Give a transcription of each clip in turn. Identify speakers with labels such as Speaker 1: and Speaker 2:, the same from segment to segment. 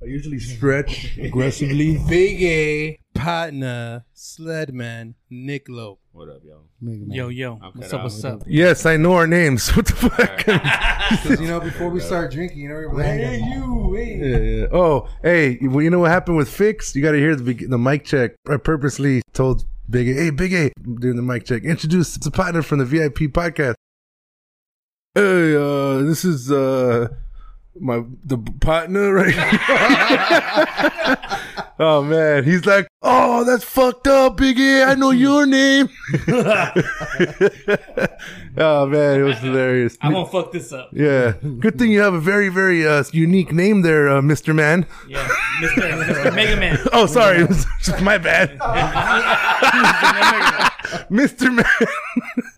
Speaker 1: I usually stretch aggressively.
Speaker 2: Big A partner Sledman Nick Lope.
Speaker 3: What up, yo?
Speaker 2: Yo yo,
Speaker 3: I'm
Speaker 2: what's
Speaker 3: cut
Speaker 2: up?
Speaker 3: out.
Speaker 2: What's up?
Speaker 1: yes, I know our names. What the fuck?
Speaker 4: Because, you know, before we start drinking, you know, we're like, hey, you, hey.
Speaker 1: Yeah, yeah. Oh, hey, well, you know what happened with Fix? You got to hear the beg- the mic check. I purposely told Big A, hey, Big A, during the mic check, introduce the partner from the VIP podcast. Hey, uh, this is uh, my the partner, right? oh man, he's like, oh, that's fucked up, Big A. I know your name. oh man, it was hilarious.
Speaker 5: I won't fuck this up.
Speaker 1: Yeah. Good thing you have a very, very uh, unique name there, uh, Mr. Man.
Speaker 5: Yeah, Mister Mr. Mega Man.
Speaker 1: Oh, sorry. My bad. Mr. Man.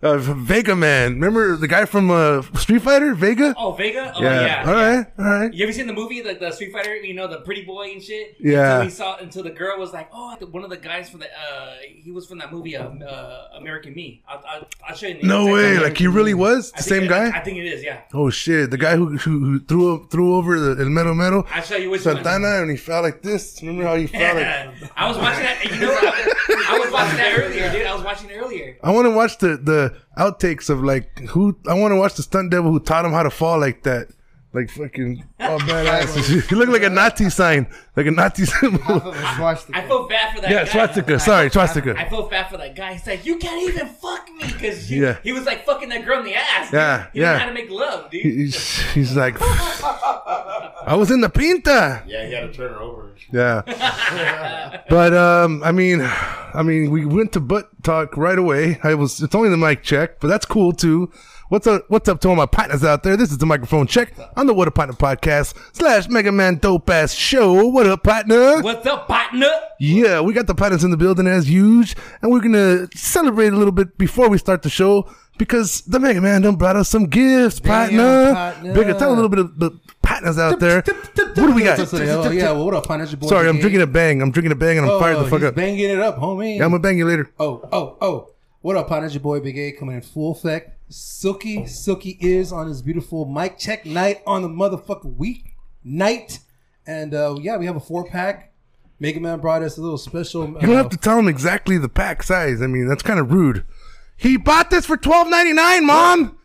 Speaker 1: uh, Vega Man. Remember the guy from uh, Street Fighter? Vega?
Speaker 5: Oh, Vega. Oh yeah.
Speaker 1: All right. All right.
Speaker 5: You ever seen the movie like the Street Fighter? You know the pretty boy and shit.
Speaker 1: Yeah.
Speaker 5: Until he saw until the girl was like, oh, the- one of the guys from the uh, he was from that movie um, uh, American Me. I, I, I'll show you. the
Speaker 1: No
Speaker 5: exact
Speaker 1: way.
Speaker 5: name.
Speaker 1: Like he really was?
Speaker 5: I
Speaker 1: The
Speaker 5: think
Speaker 1: same
Speaker 5: it-
Speaker 1: guy?
Speaker 5: I, think it is. Yeah.
Speaker 1: oh, shit. The guy who, who, who threw threw over the El Mero Mero?
Speaker 5: I'll show you which one.
Speaker 1: Santana, and he fell like this. Remember how he fell like.
Speaker 5: Yeah. I was watching that. You know, I, I was watching that earlier, dude. I was watching it earlier.
Speaker 1: I want to watch the the outtakes of like who I want to watch the stunt devil who taught him how to fall like that. Like fucking all badass. and shit. he looked like a Nazi sign, like a Nazi
Speaker 4: Half
Speaker 1: symbol.
Speaker 4: of us watched
Speaker 5: I
Speaker 4: the
Speaker 5: feel bad for that.
Speaker 1: Yeah,
Speaker 5: guy.
Speaker 1: swastika. Sorry,
Speaker 5: I
Speaker 1: swastika.
Speaker 5: feel bad for that guy. He's like, you can't even fuck me because
Speaker 1: Yeah.
Speaker 5: he was like fucking that girl in the ass. dude.
Speaker 1: Yeah,
Speaker 5: he didn't
Speaker 1: yeah.
Speaker 5: know how to make love, dude.
Speaker 1: He's, he's like, I was in the pinta.
Speaker 3: Yeah, you gotta turn her over.
Speaker 1: Yeah. but um, I mean, I mean, we went to butt talk right away. I was it's only the mic check, but that's cool too. What's up? What's up to all my partners out there? This is the microphone check on the What Up Partner podcast slash Mega Man Dope Ass Show. What up, partner?
Speaker 5: What's up, partner?
Speaker 1: Yeah, we got the partners in the building as huge, and we're gonna celebrate a little bit before we start the show because the Mega Man done brought us some gifts, partner.
Speaker 4: partner.
Speaker 1: Bigger, tell a little bit of the partners out there. What do we got?
Speaker 4: Oh, yeah, well, what up, partner? It's your boy,
Speaker 1: Sorry, I'm
Speaker 4: Big A.
Speaker 1: drinking a bang. I'm drinking a bang, and I'm
Speaker 4: Oh,
Speaker 1: fired the fuck
Speaker 4: he's
Speaker 1: up.
Speaker 4: banging it up, homie.
Speaker 1: Yeah, I'm gonna bang you later.
Speaker 4: Oh, oh, oh. What up, partner? It's your boy Big A coming in full effect. Silky, Silky is on his beautiful mic check night on the motherfucking week night. And uh, yeah, we have a four pack. Mega Man brought us a little special. uh,
Speaker 1: You don't have to tell him exactly the pack size. I mean, that's kind of rude. He bought this for twelve ninety nine, mom.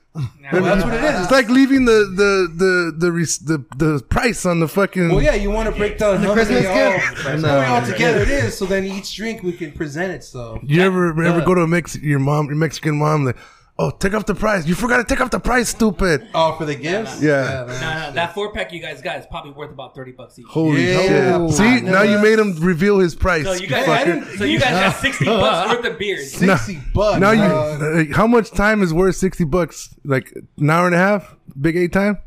Speaker 4: that's what it is.
Speaker 1: It's like leaving the the the the res- the, the price on the fucking.
Speaker 4: Well, yeah, you want to break down the
Speaker 1: Christmas
Speaker 4: gift. All, how many all together it is, so then each drink we can present it. So
Speaker 1: You ever ever
Speaker 4: Uh.
Speaker 1: go to a Mex your mom your Mexican mom like, oh take off the price. You forgot to take off the price, stupid.
Speaker 4: oh, for the gifts,
Speaker 1: Yeah.
Speaker 4: man.
Speaker 5: Nah, nah, that four pack you guys got is probably worth about thirty bucks each.
Speaker 1: Holy
Speaker 4: Yeah,
Speaker 1: shit! See
Speaker 4: partner.
Speaker 1: now you made him reveal his price.
Speaker 5: so you guys,
Speaker 1: fucker.
Speaker 5: so you guys got sixty bucks worth of beers.
Speaker 4: sixty bucks.
Speaker 1: now you
Speaker 4: dog.
Speaker 1: uh, how much time is worth sixty bucks? Like an hour and a half, big eight time.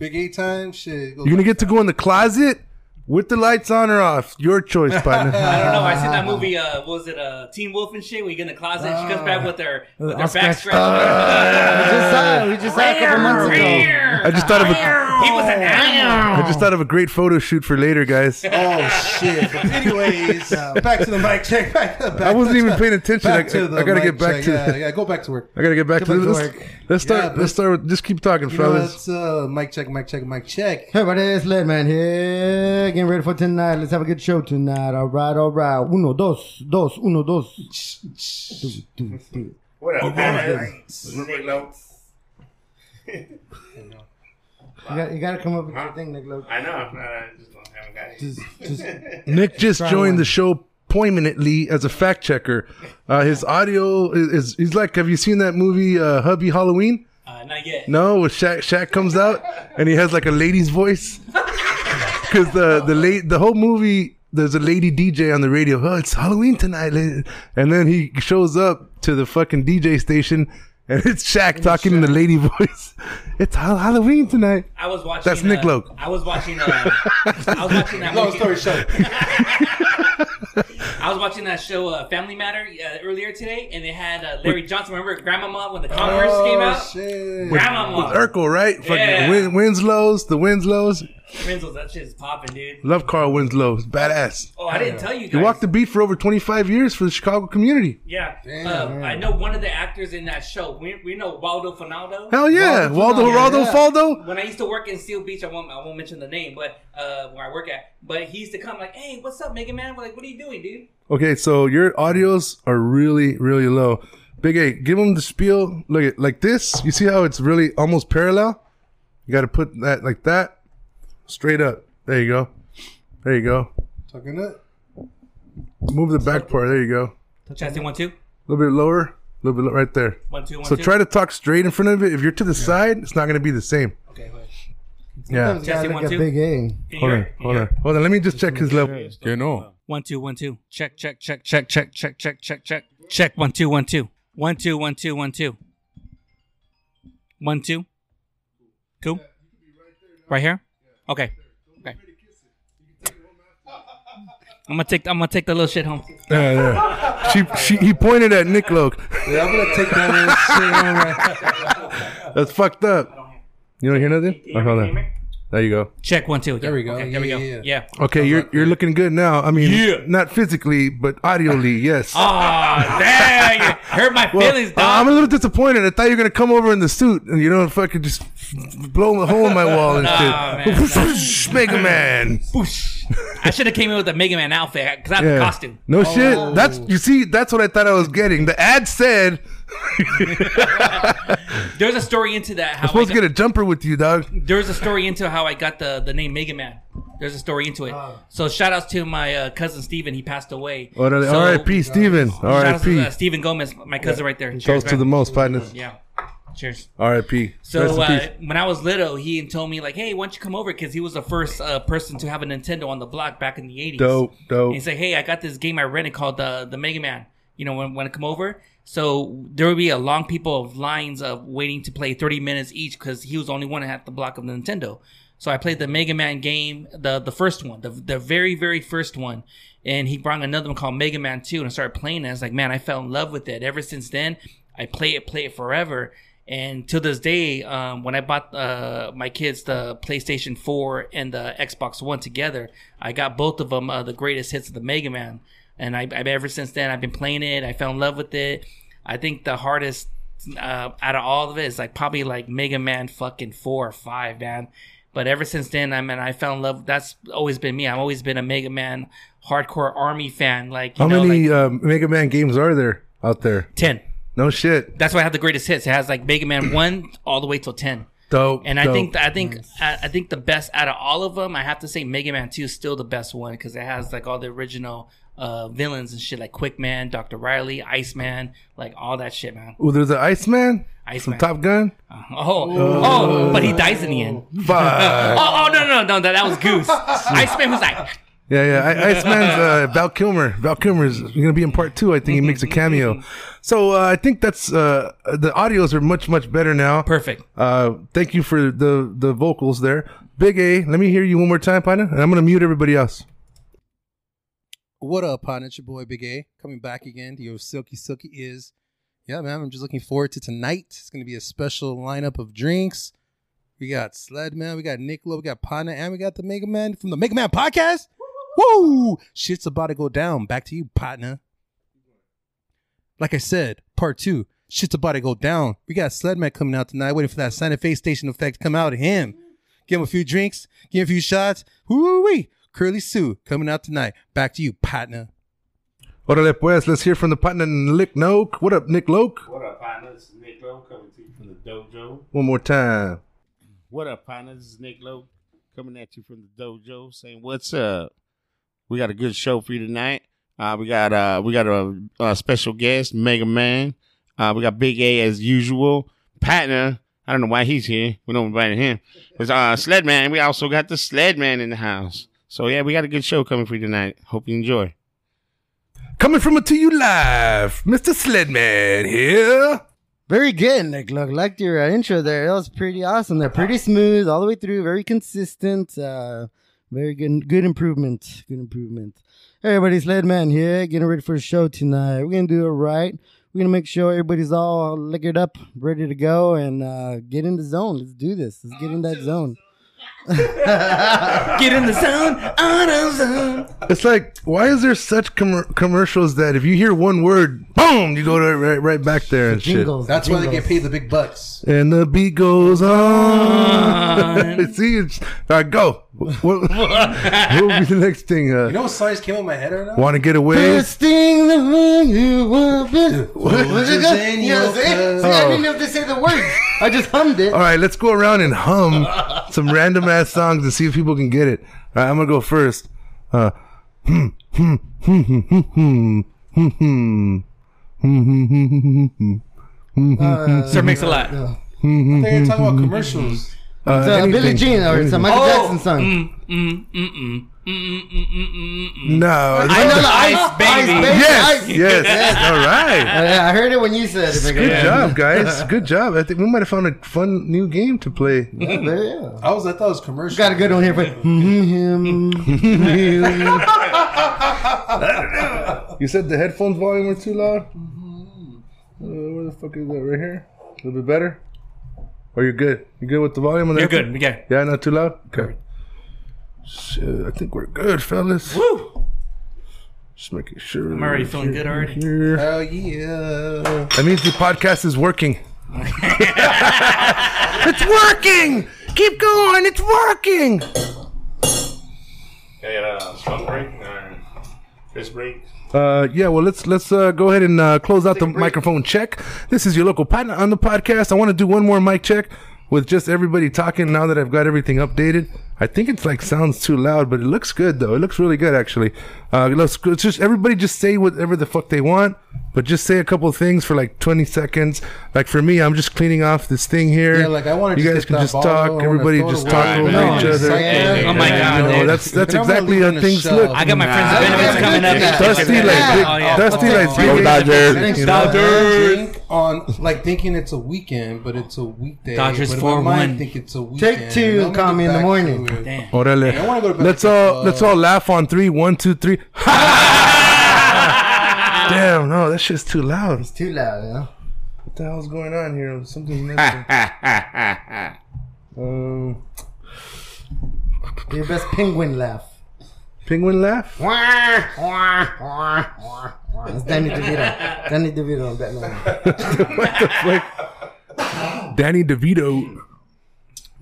Speaker 4: big eight time shit.
Speaker 1: You're gonna get to go in the closet with the lights on or off. Your choice,
Speaker 5: I
Speaker 1: partner.
Speaker 5: don't know. I seen that movie. Uh, what was it uh, Teen Wolf and shit? Where you get in the closet, she comes
Speaker 1: Ah.
Speaker 5: back with
Speaker 1: Uh,
Speaker 5: her with her back stretched.
Speaker 6: just saw it. We just saw it a couple months ago.
Speaker 1: I just thought of a,
Speaker 5: he was an animal.
Speaker 1: I just thought of a great photo shoot for later, guys.
Speaker 4: Oh shit! But anyways, uh, back to the mic check. Back, back,
Speaker 1: I wasn't even
Speaker 4: back-
Speaker 1: paying attention.
Speaker 4: back
Speaker 1: I-
Speaker 4: to the
Speaker 1: I gotta
Speaker 4: mic
Speaker 1: get back
Speaker 4: check.
Speaker 1: to-
Speaker 4: Yeah, yeah, go back to work.
Speaker 1: I gotta get back
Speaker 4: Get
Speaker 1: to
Speaker 4: back to
Speaker 1: this.
Speaker 4: work.
Speaker 1: Let's start.
Speaker 4: Yeah, but-
Speaker 1: let's start with. Just keep talking,
Speaker 4: You know,
Speaker 1: fellas.
Speaker 4: that's uh, mic check, mic check, mic check.
Speaker 6: Hey, everybody, it's Lead Man here. Getting ready for tonight. Let's have a good show tonight. All right, all right. Uno, dos, dos, uno, dos.
Speaker 3: What up, man?
Speaker 6: You got, you got to come up with your thing, Nick. Loke.
Speaker 3: I know. I just don't haven't got it.
Speaker 6: Just, just,
Speaker 1: Nick just
Speaker 6: Try
Speaker 1: joined
Speaker 6: one.
Speaker 1: the show poignantly as a fact checker. Uh, his audio is, is he's like, have you seen that movie uh, Hubby Halloween?
Speaker 5: Uh, not yet.
Speaker 1: No, where Shaq Shaq comes out and he has like a lady's voice. Because the the late the whole movie there's a lady DJ on the radio. Oh, it's Halloween tonight, la-" and then he shows up to the fucking DJ station. And it's Shaq talking in the lady voice. It's Hal- Halloween tonight.
Speaker 5: I was watching.
Speaker 1: That's Nick
Speaker 5: uh,
Speaker 1: Loke.
Speaker 5: I was watching. Uh, I was watching that.
Speaker 4: Long
Speaker 5: movie.
Speaker 4: story short,
Speaker 5: I was watching that show uh, Family Matter uh, earlier today, and they had uh, Larry Johnson. Remember Grandmama when the Conquerors came out?
Speaker 4: Oh, shit.
Speaker 5: Grandmama.
Speaker 1: Urkel, right? Fucking
Speaker 5: Yeah.
Speaker 1: Win- Winslows, the Winslows.
Speaker 5: Renzo's, that shit is popping,
Speaker 4: Mm.
Speaker 5: dude.
Speaker 1: Love Carl Winslow. He's badass.
Speaker 5: Oh, I didn't tell you
Speaker 1: He
Speaker 5: guys.
Speaker 1: walked the beat for over 25 years for the Chicago community.
Speaker 5: yeah,
Speaker 4: Damn.
Speaker 5: uh, I know one of the actors in that show. We, we know Waldo Finaldo.
Speaker 1: Hell yeah.
Speaker 4: Waldo
Speaker 1: Waldo,
Speaker 4: Finaldo,
Speaker 1: Geraldo,
Speaker 4: yeah.
Speaker 1: Faldo.
Speaker 5: when I used to work in Seal Beach, I won't I won't mention the name, but uh, where I work at, but he used to come like, "Hey, what's up, Mega Man? We're like, what are you doing, dude?
Speaker 1: Okay, so your audios are really, really low. Big A, give him the spiel. Look at like this. You see how it's really almost parallel? You got to put that like that, straight up. There you go. There you go.
Speaker 4: Tucking it.
Speaker 1: Move the back part. There you go.
Speaker 5: Chastain one two,
Speaker 1: A little bit lower. A little bit lo- right there.
Speaker 5: one two, one
Speaker 1: So
Speaker 5: two.
Speaker 1: try to talk straight in front of it. If you're to the side, it's not going to be the same.
Speaker 5: okay, wait.
Speaker 1: Yeah.
Speaker 6: Sometimes you gotta
Speaker 5: Testing,
Speaker 6: look
Speaker 5: one,
Speaker 6: at
Speaker 5: two.
Speaker 6: Big A.
Speaker 5: Can you
Speaker 1: Hold
Speaker 5: hear
Speaker 1: on.
Speaker 5: it? Can you
Speaker 1: Hold
Speaker 5: hear
Speaker 1: on.
Speaker 5: it?
Speaker 1: Hold on. Let me just check his level.
Speaker 2: Que no.
Speaker 5: One two one two. Check check check check check check check check check check one two one two. One two one two one two. One two. Cool. Right here. Okay. Okay. I'm gonna take I'm gonna take the little shit home.
Speaker 1: Yeah, yeah. She, she, he pointed at Nick Loke.
Speaker 4: Yeah, I'm gonna take that little shit on right.
Speaker 1: That's fucked up. You don't hear nothing? Oh, hold on. There you go.
Speaker 5: Check one two.
Speaker 4: There we go.
Speaker 5: Okay, there we
Speaker 4: Yeah,
Speaker 5: go.
Speaker 4: yeah,
Speaker 5: Yeah.
Speaker 1: Okay, you're you're looking good now. I mean, not physically, but audioly, yes.
Speaker 5: Oh, damn! You hurt my
Speaker 1: Well,
Speaker 5: feelings,
Speaker 1: I'm
Speaker 5: dog.
Speaker 1: a little disappointed. I thought you were gonna come over in the suit and you know fucking just blow a hole in my wall and
Speaker 5: man,
Speaker 1: shit. Mega Man.
Speaker 5: I should have came in with a Mega Man outfit because I have the
Speaker 1: Yeah.
Speaker 5: costume.
Speaker 1: No shit. That's you see. That's what I thought I was getting. The ad said
Speaker 5: There's a story into that. How
Speaker 1: I'm supposed
Speaker 5: I
Speaker 1: to
Speaker 5: got-
Speaker 1: get a jumper with you, dog.
Speaker 5: there's a story into how I got the the name Mega Man. There's a story into it. so shout outs to my uh, cousin Steven. He passed away.
Speaker 1: Orale.
Speaker 5: So,
Speaker 1: R.I.P. Steven.
Speaker 5: Shout outs to
Speaker 1: R.I.P.
Speaker 5: uh, Steven Gomez, my cousin right there. Cheers,
Speaker 1: Toast to the
Speaker 5: man.
Speaker 1: most, partners.
Speaker 5: Yeah. Cheers.
Speaker 1: R.I.P. Rest
Speaker 5: So
Speaker 1: in
Speaker 5: uh,
Speaker 1: peace.
Speaker 5: when I was little, he told me like, "Hey, why don't you come over?" Because he was the first uh, person to have a Nintendo on the block back in the '80s.
Speaker 1: dope, dope.
Speaker 5: And he's like, hey, I got this game I rented called uh, the the Mega Man. You know, when, when I come over, so there would be a long people of lines of waiting to play 30 minutes each because he was the only one at the block of Nintendo. So I played the Mega Man game, the the first one, the the very very first one, and he brought another one called Mega Man 2, and I started playing. it. I was like, man, I fell in love with it. Ever since then, I play it, play it forever. And to this day, um, when I bought uh, my kids the PlayStation 4 and the Xbox One together, I got both of them uh, the greatest hits of the Mega Man. And I, I've ever since then I've been playing it. I fell in love with it. I think the hardest uh, out of all of it is like probably like Mega Man fucking four or five, man. But ever since then, I mean, I fell in love. That's always been me. I've always been a Mega Man hardcore army fan. Like you
Speaker 1: How
Speaker 5: know,
Speaker 1: many
Speaker 5: like
Speaker 1: um, Mega Man games are there out there?
Speaker 5: ten.
Speaker 1: No shit.
Speaker 5: That's why I have the greatest hits. It has like Mega Man one all the way till ten.
Speaker 1: Dope.
Speaker 5: And I
Speaker 1: dope.
Speaker 5: think I think I, I think the best out of all of them, I have to say Mega Man Two is still the best one because it has like all the original uh, villains and shit like Quick Man, Doctor Riley, Iceman, like all that shit, man.
Speaker 1: Ooh, there's an Iceman from
Speaker 5: Iceman.
Speaker 1: Top Gun.
Speaker 5: Oh, oh, but he dies in the end.
Speaker 1: Fuck.
Speaker 5: Oh, oh no, no, no, no, that, that was Goose. Iceman was like,
Speaker 1: Yeah, yeah. I, Iceman's uh, Val Kilmer. Val Kilmer's going to be in part two. I think he makes a cameo. So uh, I think that's uh, the audios are much much better now.
Speaker 5: perfect.
Speaker 1: Uh, thank you for the the vocals there, Big A. Let me hear you one more time, partner, and I'm going to mute everybody else.
Speaker 4: What up, partner? It's your boy Big A coming back again to your silky silky is. Yeah, man, I'm just looking forward to tonight. It's gonna be a special lineup of drinks. We got Sled Man, we got Nicola, we got Pana, and we got the Mega Man from the Mega Man podcast. Woo! Shit's about to go down. Back to you, partner. Like I said, part two. Shit's about to go down. We got Sled Man coming out tonight, waiting for that Santa Fe station effect to come out of him. Give him a few drinks, give him a few shots. Woo wee! Curly Sue coming out tonight. Back to you, partner.
Speaker 1: Orale pues, let's hear from the partner Nick Loke. What up, Nick Loke?
Speaker 3: What up, partner? This is Nick Lowe coming to you from the dojo.
Speaker 1: One more time.
Speaker 7: What up, partner? This is Nick Lowe coming at you from the dojo, saying what's up. We got a good show for you tonight. Uh, we got uh, we got a, a special guest, Mega Man. Uh, we got Big A as usual. Partner, I don't know why he's here. We don't invite him. It's uh, Sled Man. We also got the Sled Man in the house. So yeah, we got a good show coming for you tonight. Hope you enjoy.
Speaker 1: Coming from it to you live, Mr. Sledman here.
Speaker 6: Very good, Nick. Look, liked your uh, intro there. That was pretty awesome. They're pretty smooth all the way through. Very consistent. Uh, very good. Good improvement. Good improvement. Hey, everybody, Sled Man here. Getting ready for the show tonight. We're gonna do it right. We're gonna make sure everybody's all liquored up, ready to go, and uh, get in the zone. Let's do this. Let's get in that zone.
Speaker 5: Get in the zone, out of zone.
Speaker 1: It's like, why is there such com- commercials that if you hear one word, boom, you go to right, right back there and shit.
Speaker 6: Jingles.
Speaker 4: That's why they
Speaker 6: jingles.
Speaker 4: get paid the big bucks.
Speaker 1: And the beat goes on.
Speaker 5: On.
Speaker 1: See, it's, all right, go. What, what, will be the next thing? Uh,
Speaker 4: You know what songs came in my head right now?
Speaker 1: Want to get away?
Speaker 6: Best thing that when you were best-
Speaker 4: What is in
Speaker 6: You know
Speaker 4: your
Speaker 6: what I'm saying? See, I didn't have to say the word. I just hummed it.
Speaker 1: All right, let's go around and hum some random ass songs and see if people can get it. All right, I'm gonna go first. Uh, hmm, hmm, hmm, hmm, hmm, hmm, hmm, hmm, hmm, hmm, hmm, hmm, hmm, hmm, hmm.
Speaker 7: Uh,
Speaker 5: Sir makes a lot.
Speaker 4: I think you're talking about commercials.
Speaker 1: Uh,
Speaker 6: It's a
Speaker 1: anything.
Speaker 6: Billie Jean or it's a Michael
Speaker 5: Oh,
Speaker 6: Jackson song.
Speaker 5: Mm, mm, mm, mm, mm, mm, mm, mm, mm.
Speaker 1: No,
Speaker 5: I know the ice,
Speaker 6: Ice
Speaker 5: baby.
Speaker 6: Baby.
Speaker 1: yes,
Speaker 6: Ice.
Speaker 1: yes, All right,
Speaker 6: Oh, yeah, I heard it when you said it.
Speaker 1: good job, guys. Good job. I think we might have found a fun new game to play.
Speaker 6: Yeah, there you go.
Speaker 4: I was I thought it was commercials.
Speaker 6: Got a good one here, but him.
Speaker 1: You said the headphones volume were too loud. Uh, where the fuck is that? Right here. A little bit better. Or you're good. You good with the volume? on the
Speaker 5: You're
Speaker 1: headphone?
Speaker 5: good. Yeah.
Speaker 1: Yeah, not too loud? Okay. Shit, I think we're good, fellas.
Speaker 5: Woo.
Speaker 1: Just making sure.
Speaker 5: I'm already feeling good already.
Speaker 1: Here.
Speaker 4: Hell yeah.
Speaker 1: That means the podcast is working. it's working! Keep going, it's working!
Speaker 3: Hey, uh, smoke break or piss break?
Speaker 1: Uh, yeah, well, let's let's uh, go ahead and uh, close out the microphone check. This is your local partner on the podcast. I want to do one more mic check with just everybody talking now that I've got everything updated. I think it's like sounds too loud, but it looks good though. It looks really good actually. Uh, let's, let's just everybody just say whatever the fuck they want, but just say a couple things for like 20 seconds. Like for me, I'm just cleaning off this thing here.
Speaker 4: Yeah, like, I wanna
Speaker 1: you
Speaker 4: just
Speaker 1: guys
Speaker 4: get
Speaker 1: can
Speaker 4: that
Speaker 1: just
Speaker 4: bottle, I
Speaker 1: talk.
Speaker 4: wanna
Speaker 1: Everybody
Speaker 4: throw it
Speaker 1: just
Speaker 4: away.
Speaker 1: talk
Speaker 7: Right,
Speaker 1: over
Speaker 7: man.
Speaker 1: each
Speaker 7: Just
Speaker 1: other.
Speaker 7: say
Speaker 1: And,
Speaker 5: Oh my
Speaker 1: you
Speaker 5: God,
Speaker 1: know,
Speaker 5: dude.
Speaker 1: that's that's
Speaker 4: If I'm gonna
Speaker 1: exactly
Speaker 4: leave
Speaker 1: how
Speaker 4: in the
Speaker 1: things
Speaker 4: show-
Speaker 1: look.
Speaker 5: I got my friends
Speaker 7: Nah.
Speaker 5: and benefits coming up.
Speaker 6: Yeah.
Speaker 1: Dusty like big,
Speaker 5: Oh, yeah.
Speaker 1: Dusty like
Speaker 4: Oh,
Speaker 1: big
Speaker 7: Go Dodgers.
Speaker 6: Thanks,
Speaker 4: I
Speaker 6: Dodgers.
Speaker 4: drink on like thinking it's a weekend, but it's a weekday.
Speaker 5: Dodgers
Speaker 4: but in my mind,
Speaker 5: 4-1.
Speaker 4: Think it's a weekend.
Speaker 6: Take two,
Speaker 4: I'm gonna
Speaker 6: call
Speaker 4: get
Speaker 6: me in the
Speaker 4: back
Speaker 6: morning.
Speaker 4: to it.
Speaker 5: Damn.
Speaker 1: Órale.
Speaker 4: I wanna go to bed.
Speaker 1: Let's all
Speaker 4: Uh,
Speaker 1: let's all laugh on three. One, two, three. Damn, no, that shit's too loud.
Speaker 6: It's too loud, you know?
Speaker 1: What the hell's going on here? Something. missing. um,
Speaker 6: Your best penguin laugh.
Speaker 1: penguin laugh.
Speaker 6: That's Danny DeVito. Danny DeVito on Batman.
Speaker 1: what the fuck? Danny DeVito.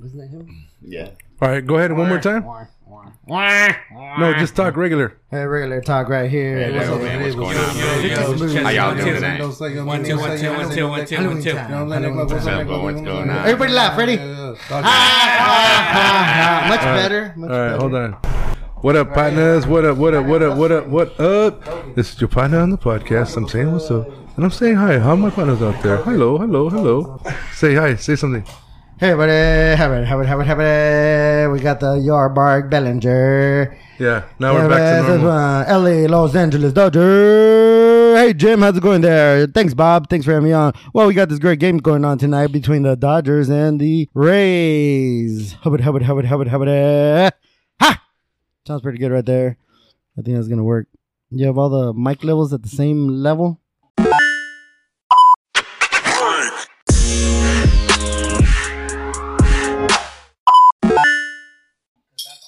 Speaker 6: Wasn't that him?
Speaker 7: Yeah.
Speaker 1: All right, go ahead one more time. No, just talk regular.
Speaker 6: Hey, regular talk right here.
Speaker 4: What's up, man? What's going on?
Speaker 7: How y'all doing
Speaker 5: One,
Speaker 7: tonight?
Speaker 5: One, two, one, two, one, two, one, two, one, two.
Speaker 7: What's going on?
Speaker 6: Everybody laugh. Ready? Much better. Much
Speaker 1: All right,
Speaker 6: better.
Speaker 1: hold on. What up, partners? What up? What up? What up? What up? What up? This is your partner on the podcast. I'm saying what's up, and I'm saying hi. How are my partners out there? Hello, hello, hello. Say hi. Say something.
Speaker 6: Hey, everybody. Have it, have it, have it, have it. We got the Yarbark Bellinger.
Speaker 1: Yeah. Now we're back to
Speaker 6: This
Speaker 1: normal.
Speaker 6: one, LA, Los Angeles Dodger. Hey, Jim, how's it going there? Thanks, Bob. Thanks for having me on. Well, we got this great game going on tonight between the Dodgers and the Rays. Hubbard, hubbard, hubbard, hubbard, hubbard. eh. Ha! Sounds pretty good right there. I think that's going to work. You have all the mic levels at the same level?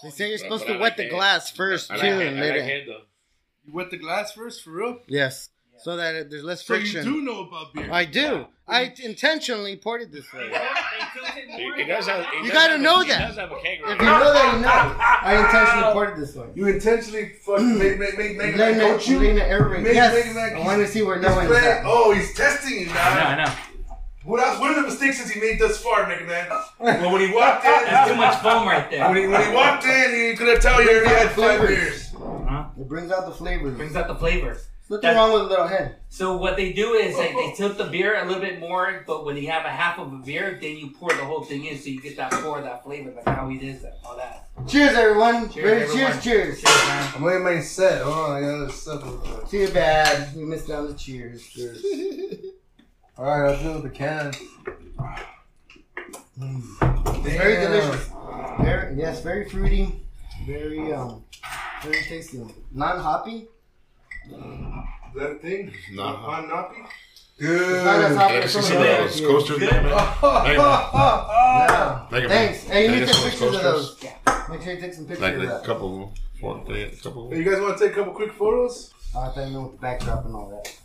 Speaker 6: They say you're supposed to wet the glass first,
Speaker 3: I like head, I like head though.
Speaker 2: You wet the glass first, for real?
Speaker 6: Yes. So that it- there's less
Speaker 2: So
Speaker 6: friction.
Speaker 2: you do know about beer.
Speaker 6: I do. I intentionally poured it this way.
Speaker 3: It, it does have, it
Speaker 6: You
Speaker 3: does
Speaker 6: gotta
Speaker 3: have
Speaker 6: know
Speaker 3: a,
Speaker 6: that.
Speaker 3: It does have a keg
Speaker 6: If
Speaker 3: around
Speaker 6: you
Speaker 3: it.
Speaker 6: know that you know, I intentionally poured it this way.
Speaker 1: You intentionally fucking make make make
Speaker 6: Blame
Speaker 1: make
Speaker 6: it, blame it, everything.
Speaker 1: Make-
Speaker 6: Yes.
Speaker 1: make like
Speaker 6: I want to see where no one's
Speaker 1: Right?
Speaker 6: at.
Speaker 1: Oh, he's testing you
Speaker 5: I know,
Speaker 1: now.
Speaker 5: I know.
Speaker 1: What else? What are the mistakes has he made thus far, nigga man? Well, when he walked in,
Speaker 5: That's too much foam right
Speaker 1: when
Speaker 5: there.
Speaker 1: he, when he walked in, he could have told you he already had five
Speaker 6: Flavors.
Speaker 1: beers.
Speaker 6: It brings out the flavors.
Speaker 5: Brings out the flavor.
Speaker 6: Nothing wrong with a little head.
Speaker 5: So what they do is like they tilt the beer a little bit more, but when you have a half of a beer, then you pour the whole thing in, so you get that pour, that flavor, like how it is, that- all that.
Speaker 6: Cheers, everyone.
Speaker 5: Cheers,
Speaker 6: Very
Speaker 5: everyone.
Speaker 6: cheers, cheers.
Speaker 5: man.
Speaker 4: I'm waiting my set. Hold on, I got another sip. All
Speaker 6: Too bad we missed out on the cheers. it's
Speaker 4: right, I'll do the can.
Speaker 6: very delicious. Very yes, very fruity. Very um, very tasty. Non hoppy.
Speaker 1: Is that a thing?
Speaker 7: No.
Speaker 1: On Nappy?
Speaker 6: Dude.
Speaker 3: Ever seen those coasters, Mega Man? Mega Man. Mega Man.
Speaker 6: Thanks. Hey, you
Speaker 3: I
Speaker 6: need to
Speaker 3: guess
Speaker 6: take
Speaker 3: those
Speaker 6: pictures of
Speaker 3: coasters,
Speaker 6: those. Make sure you take some pictures
Speaker 3: Like
Speaker 6: of
Speaker 3: a
Speaker 6: that.
Speaker 3: couple, four, three, a couple.
Speaker 2: Hey, you guys want to take a couple quick photos?
Speaker 6: I thought you meant with the backdrop and all that.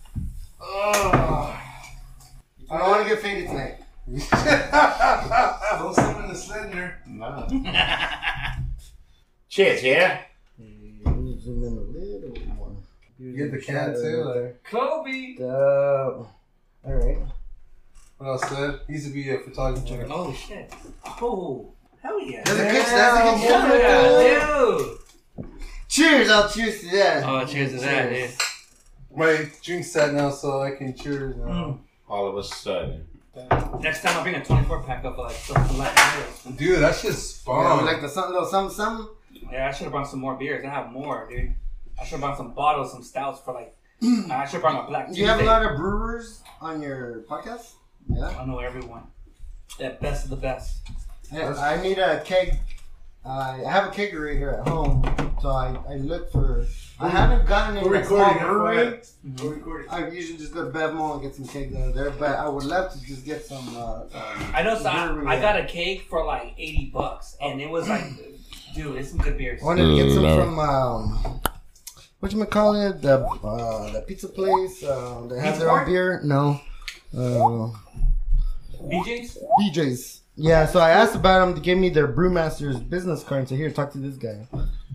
Speaker 6: Oh. I don't want to get faded tonight.
Speaker 2: Don't sleep in the slender.
Speaker 7: Nah. Cheers, yeah?
Speaker 6: Let me zoom in a little bit more.
Speaker 4: Get the cat too. Like,
Speaker 5: Kobe.
Speaker 6: Uh, all right.
Speaker 4: what else, Ted? He used to be a photographer.
Speaker 5: Oh shit. Oh hell yeah.
Speaker 6: That's a good. That's a good shot right there.
Speaker 5: dude.
Speaker 6: Cheers! I'll cheers to that.
Speaker 5: Oh, cheers to that, dude.
Speaker 4: My drink's set now, so I can cheers now.
Speaker 7: All of a sudden.
Speaker 5: Next time I'll bring a 24 pack of like something light. beers.
Speaker 4: Dude, that's just
Speaker 6: You know,
Speaker 4: bomb.
Speaker 6: like the something, little something, something.
Speaker 5: Yeah, I should have brought some more beers. I have more, dude. I should have brought some bottles, some stouts for like. I should have brought a black.
Speaker 6: Do Mm. you have a
Speaker 5: Tuesday.
Speaker 6: lot of brewers on your podcast? Yeah.
Speaker 5: I know everyone. That best of the best.
Speaker 6: Yeah, I need a keg. Uh, I have a kegerator at home, so I, I look for. I haven't gotten any
Speaker 2: We're
Speaker 6: like, small
Speaker 2: recording.
Speaker 6: brewery.
Speaker 2: FYI. We're recording.
Speaker 6: I usually just go to Bev Mall and get some kegs out of there, but I would love to just get some. Uh, um,
Speaker 5: I know. So
Speaker 6: brewery
Speaker 5: I, I
Speaker 6: at-
Speaker 5: got a cake for like eighty bucks, and it was like, dude, it's some good beers.
Speaker 6: I wanted to get some
Speaker 7: Lord.
Speaker 6: from um, what you call it? The uh, the pizza place. Uh, they have
Speaker 5: Pizza
Speaker 6: their own
Speaker 5: Mart?
Speaker 6: beer. No, uh,
Speaker 5: BJ's.
Speaker 6: BJ's. Yeah, so I asked about them to give me their brewmaster's business card. So here, talk to this guy.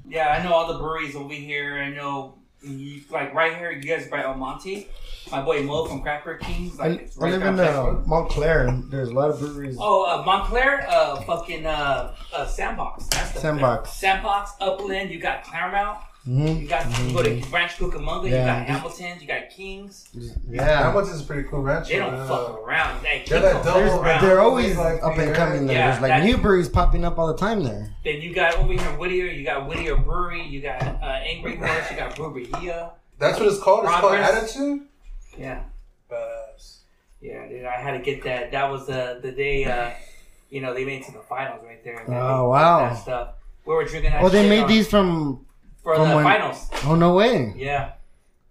Speaker 5: Yeah, I know all the breweries over here. I know, you, like right here, you guys by El Monte. My boy Mo from Crapper Kings. Like,
Speaker 6: I,
Speaker 5: it's
Speaker 6: I
Speaker 5: right
Speaker 6: live
Speaker 5: there.
Speaker 6: in uh, Montclair. and There's a lot of breweries.
Speaker 5: Oh, uh, Montclair, uh, fucking uh, uh, Sandbox. That's the
Speaker 6: Sandbox.
Speaker 5: Sandbox, Upland. You got Claremont.
Speaker 6: Mhm.
Speaker 5: You got you go to Ranch Cucamonga.
Speaker 6: Yeah.
Speaker 5: You got Hamilton. You got Kings.
Speaker 6: Yeah.
Speaker 4: That is a pretty cool ranch.
Speaker 5: They don't
Speaker 4: uh,
Speaker 5: fuck around. They
Speaker 4: They're
Speaker 5: keep
Speaker 4: like
Speaker 5: them
Speaker 4: double,
Speaker 5: around.
Speaker 6: But they're always
Speaker 4: Like,
Speaker 6: up and coming. There.
Speaker 5: yeah,
Speaker 6: There's like
Speaker 5: that-
Speaker 6: new breweries popping up all the time there.
Speaker 5: Then you got over here in Whittier, you got Whittier Brewery, you got uh, Angry Horse, you got Breweria.
Speaker 4: That's what it's called. It's
Speaker 5: Progress.
Speaker 4: called attitude.
Speaker 5: Yeah,
Speaker 4: Babs.
Speaker 5: yeah, dude. I had to get that. That was the the day, uh, you know, they made it to the finals right there. And that-
Speaker 6: Oh, wow.
Speaker 5: That stuff. We were drinking that.
Speaker 6: Oh, they
Speaker 5: shit
Speaker 6: made
Speaker 5: on-
Speaker 6: these from.
Speaker 5: for the
Speaker 6: from when-
Speaker 5: finals.
Speaker 6: Oh no way!
Speaker 5: Yeah,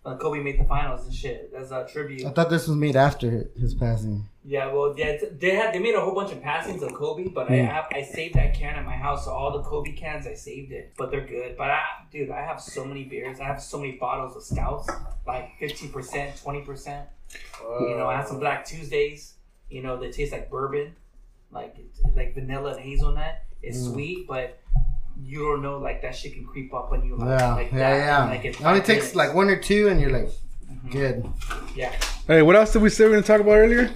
Speaker 5: uh, Kobe made the finals and shit. That's a tribute.
Speaker 6: I thought this was made after his passing.
Speaker 5: Yeah, well, yeah, it's- they had they made a whole bunch of passings of Kobe, but I
Speaker 6: Mm.
Speaker 5: have, I saved that can at my house. So all the Kobe cans, I saved it, but they're good. But I, dude, I have so many beers. I have so many bottles of stouts, like fifteen percent, twenty percent. You know, I have some Black Tuesdays. You know, that taste like bourbon, like like vanilla and hazelnut. It's
Speaker 6: Hmm.
Speaker 5: sweet, but you don't know like that shit can creep up on you. Like,
Speaker 6: Yeah,
Speaker 5: like that,
Speaker 6: yeah, yeah.
Speaker 5: Like in
Speaker 6: it only
Speaker 5: five Mm-hmm.
Speaker 6: takes
Speaker 5: minutes.
Speaker 6: like one or two, and you're like, good.
Speaker 5: yeah.
Speaker 1: Hey, what else did we say we are gonna talk about earlier?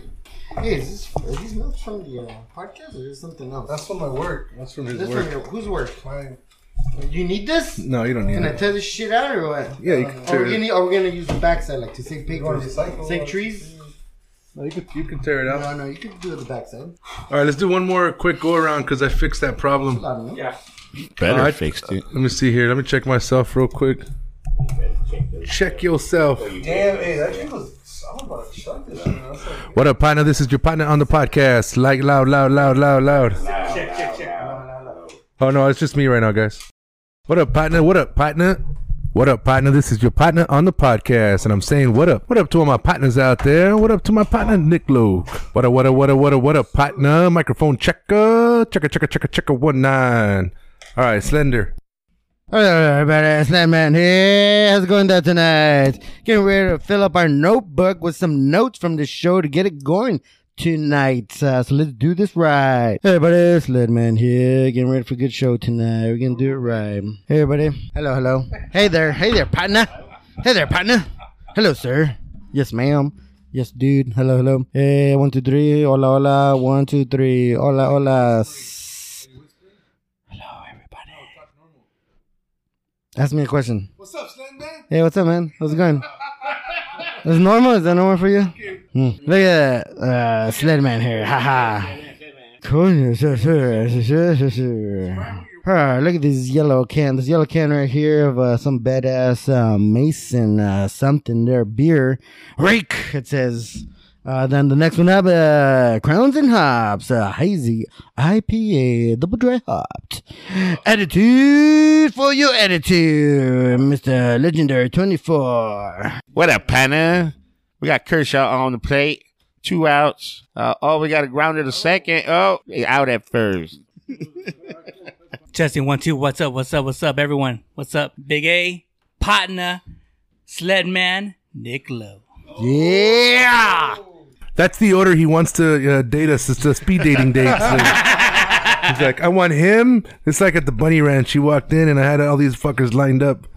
Speaker 6: Hey, is this, are these notes from the uh, podcast or is something else?
Speaker 4: That's from Oh, my work.
Speaker 1: That's from his
Speaker 6: this
Speaker 1: work.
Speaker 6: from your, whose work?
Speaker 4: My
Speaker 6: You need this?
Speaker 1: No, you don't need
Speaker 6: Can I
Speaker 1: it.
Speaker 6: tear this shit out or what?
Speaker 1: Yeah, you can
Speaker 6: Are we
Speaker 1: tear it.
Speaker 6: gonna, are we gonna use the backside like to save
Speaker 4: you want to
Speaker 6: pictures?
Speaker 4: recycle?
Speaker 6: Save trees?
Speaker 1: No, you, can, you can tear it out.
Speaker 6: No, no, you can do it the backside.
Speaker 1: All right, let's do one more quick go around because I fixed that problem.
Speaker 6: I don't know.
Speaker 5: Yeah,
Speaker 7: Better
Speaker 1: All right.
Speaker 7: fixed it.
Speaker 1: Let me see here. Let me check myself real quick. Check yourself.
Speaker 4: Damn, hey, that shit was. I'm about to chuck this. Man. That's like,
Speaker 1: What up, partner? This is your partner on the podcast. Like loud, loud, loud, loud, loud.
Speaker 5: check, check, check.
Speaker 1: Oh no, it's just me right now, guys. What up, partner? What up, partner? What up, partner? This is your partner on the podcast, and I'm saying what up. What up to all my partners out there? What up to my partner Nick Lowe? What up? What up? What up? What up? What up, partner? Microphone checker, checker, checker, checker, checker one nine. All right, Slender.
Speaker 6: Hello, everybody. Sandman here. How's it going there tonight? Getting ready to fill up our notebook with some notes from the show to get it going tonight. Uh, so let's do this right. Hey, everybody. Sledman here. Getting ready for a good show tonight. We're going to do it right. Hey, everybody. Hello, hello. Hey there. Hey there, partner. Hey there, partner. Hello, sir. Yes, ma'am. Yes, dude. Hello, hello. Hey, one, two, three. Hola, hola. One, two, three. Hola, hola. Hello, everybody. Ask me a question.
Speaker 2: What's up, slender?
Speaker 6: Hey, what's up, man? How's it going? Is it normal? Is that normal for you? Hmm. Look at that uh, sled man here. Haha. Cool. Sure, sure, sure, sure, sure, sure. Huh, look at this yellow can. This yellow can right here of uh, some badass uh, Mason uh, something there beer. Rake, it says. Uh, then the next one up, uh, Crowns and Hops, uh, hazy IPA, double dry hopped. Attitude for your attitude, Mr. Legendary 24.
Speaker 7: What up, partner? We got Kershaw on the plate. Two outs. Uh, oh, we got a grounder to second. Oh, he out at first.
Speaker 5: Testing one, two. What's up? What's up? What's up, everyone? What's up? Big A, partner, Sledman, Nick Lowe.
Speaker 7: Yeah.
Speaker 1: That's the order he wants to uh, date us. It's a speed dating date. So. He's like, I want him. It's like at the bunny ranch. He walked in and I had all these fuckers lined up.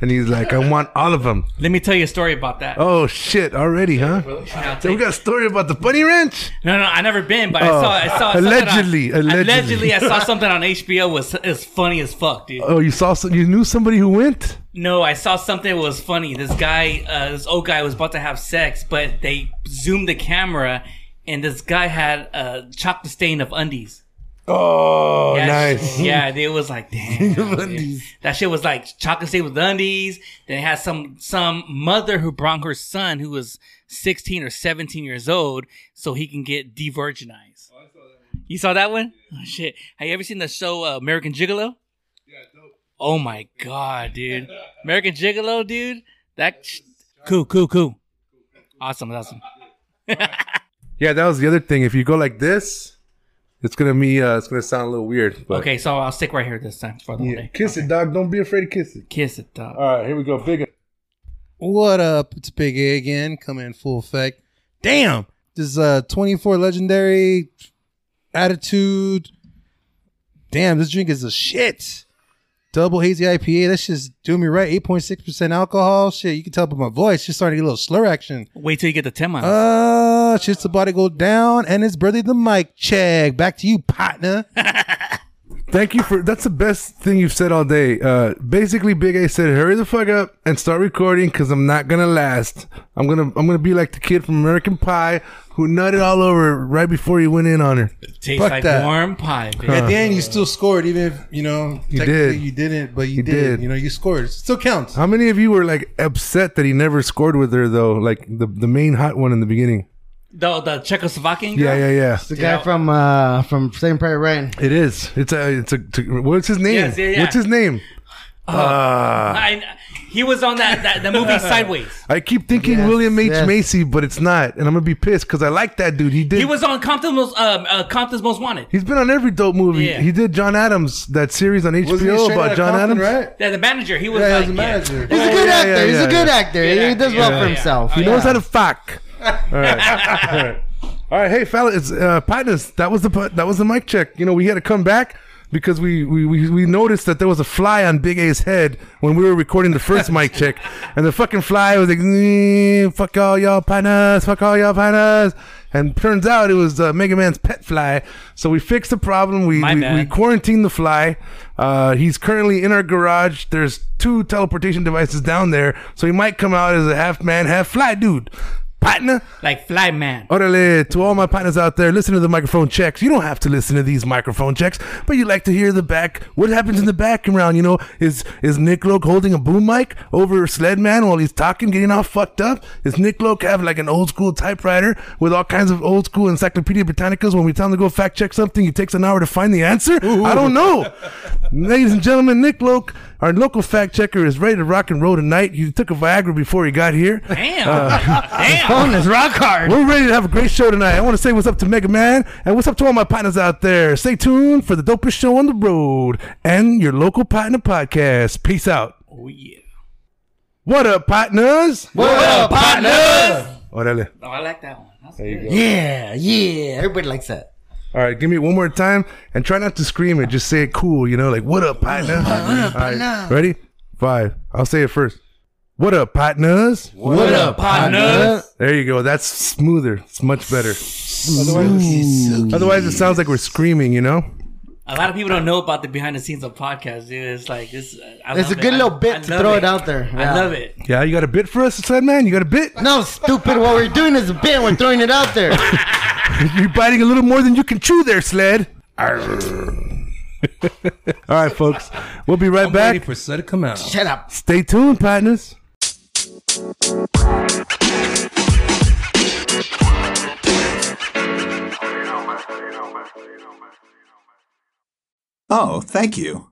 Speaker 1: And he's like, I want all of them.
Speaker 5: Let me tell you a story about that.
Speaker 1: Oh, shit, already, huh? So
Speaker 5: I'll tell
Speaker 1: we
Speaker 5: you-
Speaker 1: got a story about the bunny ranch?
Speaker 5: No, no, I never been, but I
Speaker 1: Oh.
Speaker 5: saw, I saw, I saw that
Speaker 1: Allegedly,
Speaker 5: on,
Speaker 1: allegedly.
Speaker 5: I saw something on HBO was is funny as fuck, dude.
Speaker 1: Oh, you saw some, you knew somebody who went?
Speaker 5: No, I saw something that was funny. This guy, uh, this old guy, was about to have sex, but they zoomed the camera, and this guy had uh, chopped the stain of undies.
Speaker 1: Oh,
Speaker 5: Yeah,
Speaker 1: nice.
Speaker 5: Yeah, it was like damn. dude. that shit was like chocolate stain with undies. Then it had some some mother who brought her son who was sixteen or seventeen years old, so he can get de-virginized. You Oh, saw that one? Oh, shit. Have you ever seen the show uh, American Gigolo? Oh my god, dude! American Gigolo, dude. That sh- cool, cool, cool. Awesome, awesome.
Speaker 1: Yeah, that was the other thing. If you go like this, it's gonna be uh, it's gonna sound a little weird. But
Speaker 5: Okay, so I'll stick right here this time for the whole
Speaker 1: yeah.
Speaker 5: day.
Speaker 1: kiss it, dog. Don't be afraid to kiss it.
Speaker 5: Kiss it, dog.
Speaker 1: All right, here we go. Big.
Speaker 4: What up? It's Big A again, coming in full effect. Damn, this uh 24 legendary attitude. Damn, this drink is a shit. Double hazy IPA. That's just doing me right. 8.6% alcohol. Shit, you can tell by my voice. Just starting to get a little slur action.
Speaker 5: Wait till you get the ten
Speaker 1: Oh,
Speaker 5: miles.
Speaker 4: Uh, shit's about to go down. And it's brother the mic check. Back to you, partner.
Speaker 1: Thank you for that's the best thing you've said all day. Uh, basically, Big A said, "Hurry the fuck up and start recording because I'm not gonna last. I'm gonna I'm gonna be like the kid from American Pie who nutted all over right before he went in on her.
Speaker 5: Tastes
Speaker 4: fuck
Speaker 5: like
Speaker 4: that.
Speaker 5: warm pie. Bitch.
Speaker 4: At the end, you still scored, even if, you know,
Speaker 1: Uh. You
Speaker 4: technically
Speaker 1: did.
Speaker 4: you didn't, but you,
Speaker 1: You
Speaker 4: did.
Speaker 1: did.
Speaker 4: You know, you scored. Still counts.
Speaker 1: How many of you were like upset that he never scored with her though? Like the the main hot one in the beginning.
Speaker 5: The the Czechoslovakian girl?
Speaker 1: Yeah, yeah, yeah.
Speaker 6: The guy from uh from St. Pride Ryan.
Speaker 1: It is. It's a. It's a. t- what's his name?
Speaker 5: Yes, yeah, yeah.
Speaker 1: What's his name? Uh,
Speaker 5: I, he was on that, that the movie Sideways.
Speaker 1: I keep thinking
Speaker 6: Yes,
Speaker 1: William H
Speaker 6: yes.
Speaker 1: Macy, but it's not, and I'm gonna be pissed because I like that dude. He did.
Speaker 5: He was on Compton's most, um, uh, Compton's most wanted.
Speaker 1: He's been on every dope movie.
Speaker 5: Yeah.
Speaker 1: He did John Adams that series on
Speaker 4: Wasn't he
Speaker 1: HBO
Speaker 4: straight
Speaker 1: about
Speaker 4: outta
Speaker 1: John
Speaker 4: Compton,
Speaker 1: Adams.
Speaker 4: Right?
Speaker 5: Yeah, the manager. He was
Speaker 4: Yeah,
Speaker 5: like,
Speaker 4: he was a manager.
Speaker 6: He's a good
Speaker 1: yeah,
Speaker 6: actor.
Speaker 1: yeah,
Speaker 6: He's
Speaker 1: yeah,
Speaker 6: a good
Speaker 1: yeah.
Speaker 6: actor.
Speaker 5: Good
Speaker 6: he
Speaker 5: actor,
Speaker 6: does well
Speaker 5: yeah,
Speaker 6: for
Speaker 5: yeah.
Speaker 6: himself.
Speaker 5: Oh,
Speaker 1: He knows how to fuck. All right. All right. All right. Hey, fellas, uh, partners, that was the pu- that was the mic check. You know, we had to come back because we, we, we, we noticed that there was a fly on Big A's head when we were recording the first mic check, and the fucking fly was like, "Mm, "Fuck all y'all partners, fuck all y'all partners," and turns out it was uh, Mega Man's pet fly. So we fixed the problem. We
Speaker 5: My
Speaker 1: we,
Speaker 5: bad.
Speaker 1: we quarantined the fly. Uh, he's currently in our garage. There's two teleportation devices down there, so he might come out as a half man, half fly dude. Partner,
Speaker 5: like Fly Man.
Speaker 6: Uh,
Speaker 1: Orale, to all my partners out there, listen to the microphone checks. You don't have to listen to these microphone checks, but you like to hear the back. What happens in the background? You know, is is Nick Loke holding a boom mic over Sledman while he's talking, getting all fucked up? Is Nick Loke have like an old school typewriter with all kinds of old school Encyclopedia Britannicas? When we tell him to go fact check something, it takes an hour to find the answer. I don't know. Ladies and gentlemen, Nick Loke, our local fact checker, is ready to rock and roll tonight. He took a Viagra before he got here.
Speaker 5: Damn. Damn.
Speaker 6: uh, Phone is rock hard.
Speaker 1: We're ready to have a great show tonight. I want to say what's up to Mega Man and what's up to all my partners out there. Stay tuned for the dopest show on the road and your local partner podcast. Peace out.
Speaker 5: Oh, yeah.
Speaker 1: What up, partners?
Speaker 6: What up, partners?
Speaker 1: Órale.
Speaker 5: Oh, I like that one. That's good.
Speaker 6: Yeah, yeah. Everybody likes that.
Speaker 1: All right, give me one more time and try not to scream it. Just say it cool, you know, like what up, partner? All right, ready? Five. I'll say it first. What up, partners?
Speaker 6: What
Speaker 5: up, partners?
Speaker 1: There you go. That's smoother. It's much better. Otherwise, it sounds like we're screaming, you know?
Speaker 5: A lot of people don't know about the behind the scenes of podcasts, dude. It's like this. uh, I
Speaker 6: It's
Speaker 5: love
Speaker 6: a good
Speaker 5: it.
Speaker 6: little
Speaker 5: I-
Speaker 6: bit
Speaker 5: I
Speaker 6: to
Speaker 5: love
Speaker 6: throw it out there.
Speaker 5: I
Speaker 6: Yeah.
Speaker 5: love it.
Speaker 1: Yeah, you got a bit for us, said man? You got a bit?
Speaker 6: No, stupid. What we're doing is a bit. We're throwing it out there.
Speaker 1: You're biting a little more than you can chew there, Sled. All right, folks. We'll be right
Speaker 4: Ready
Speaker 1: back.
Speaker 4: for Sir to come out.
Speaker 6: Shut up.
Speaker 1: Stay tuned, partners.
Speaker 8: Oh, thank you.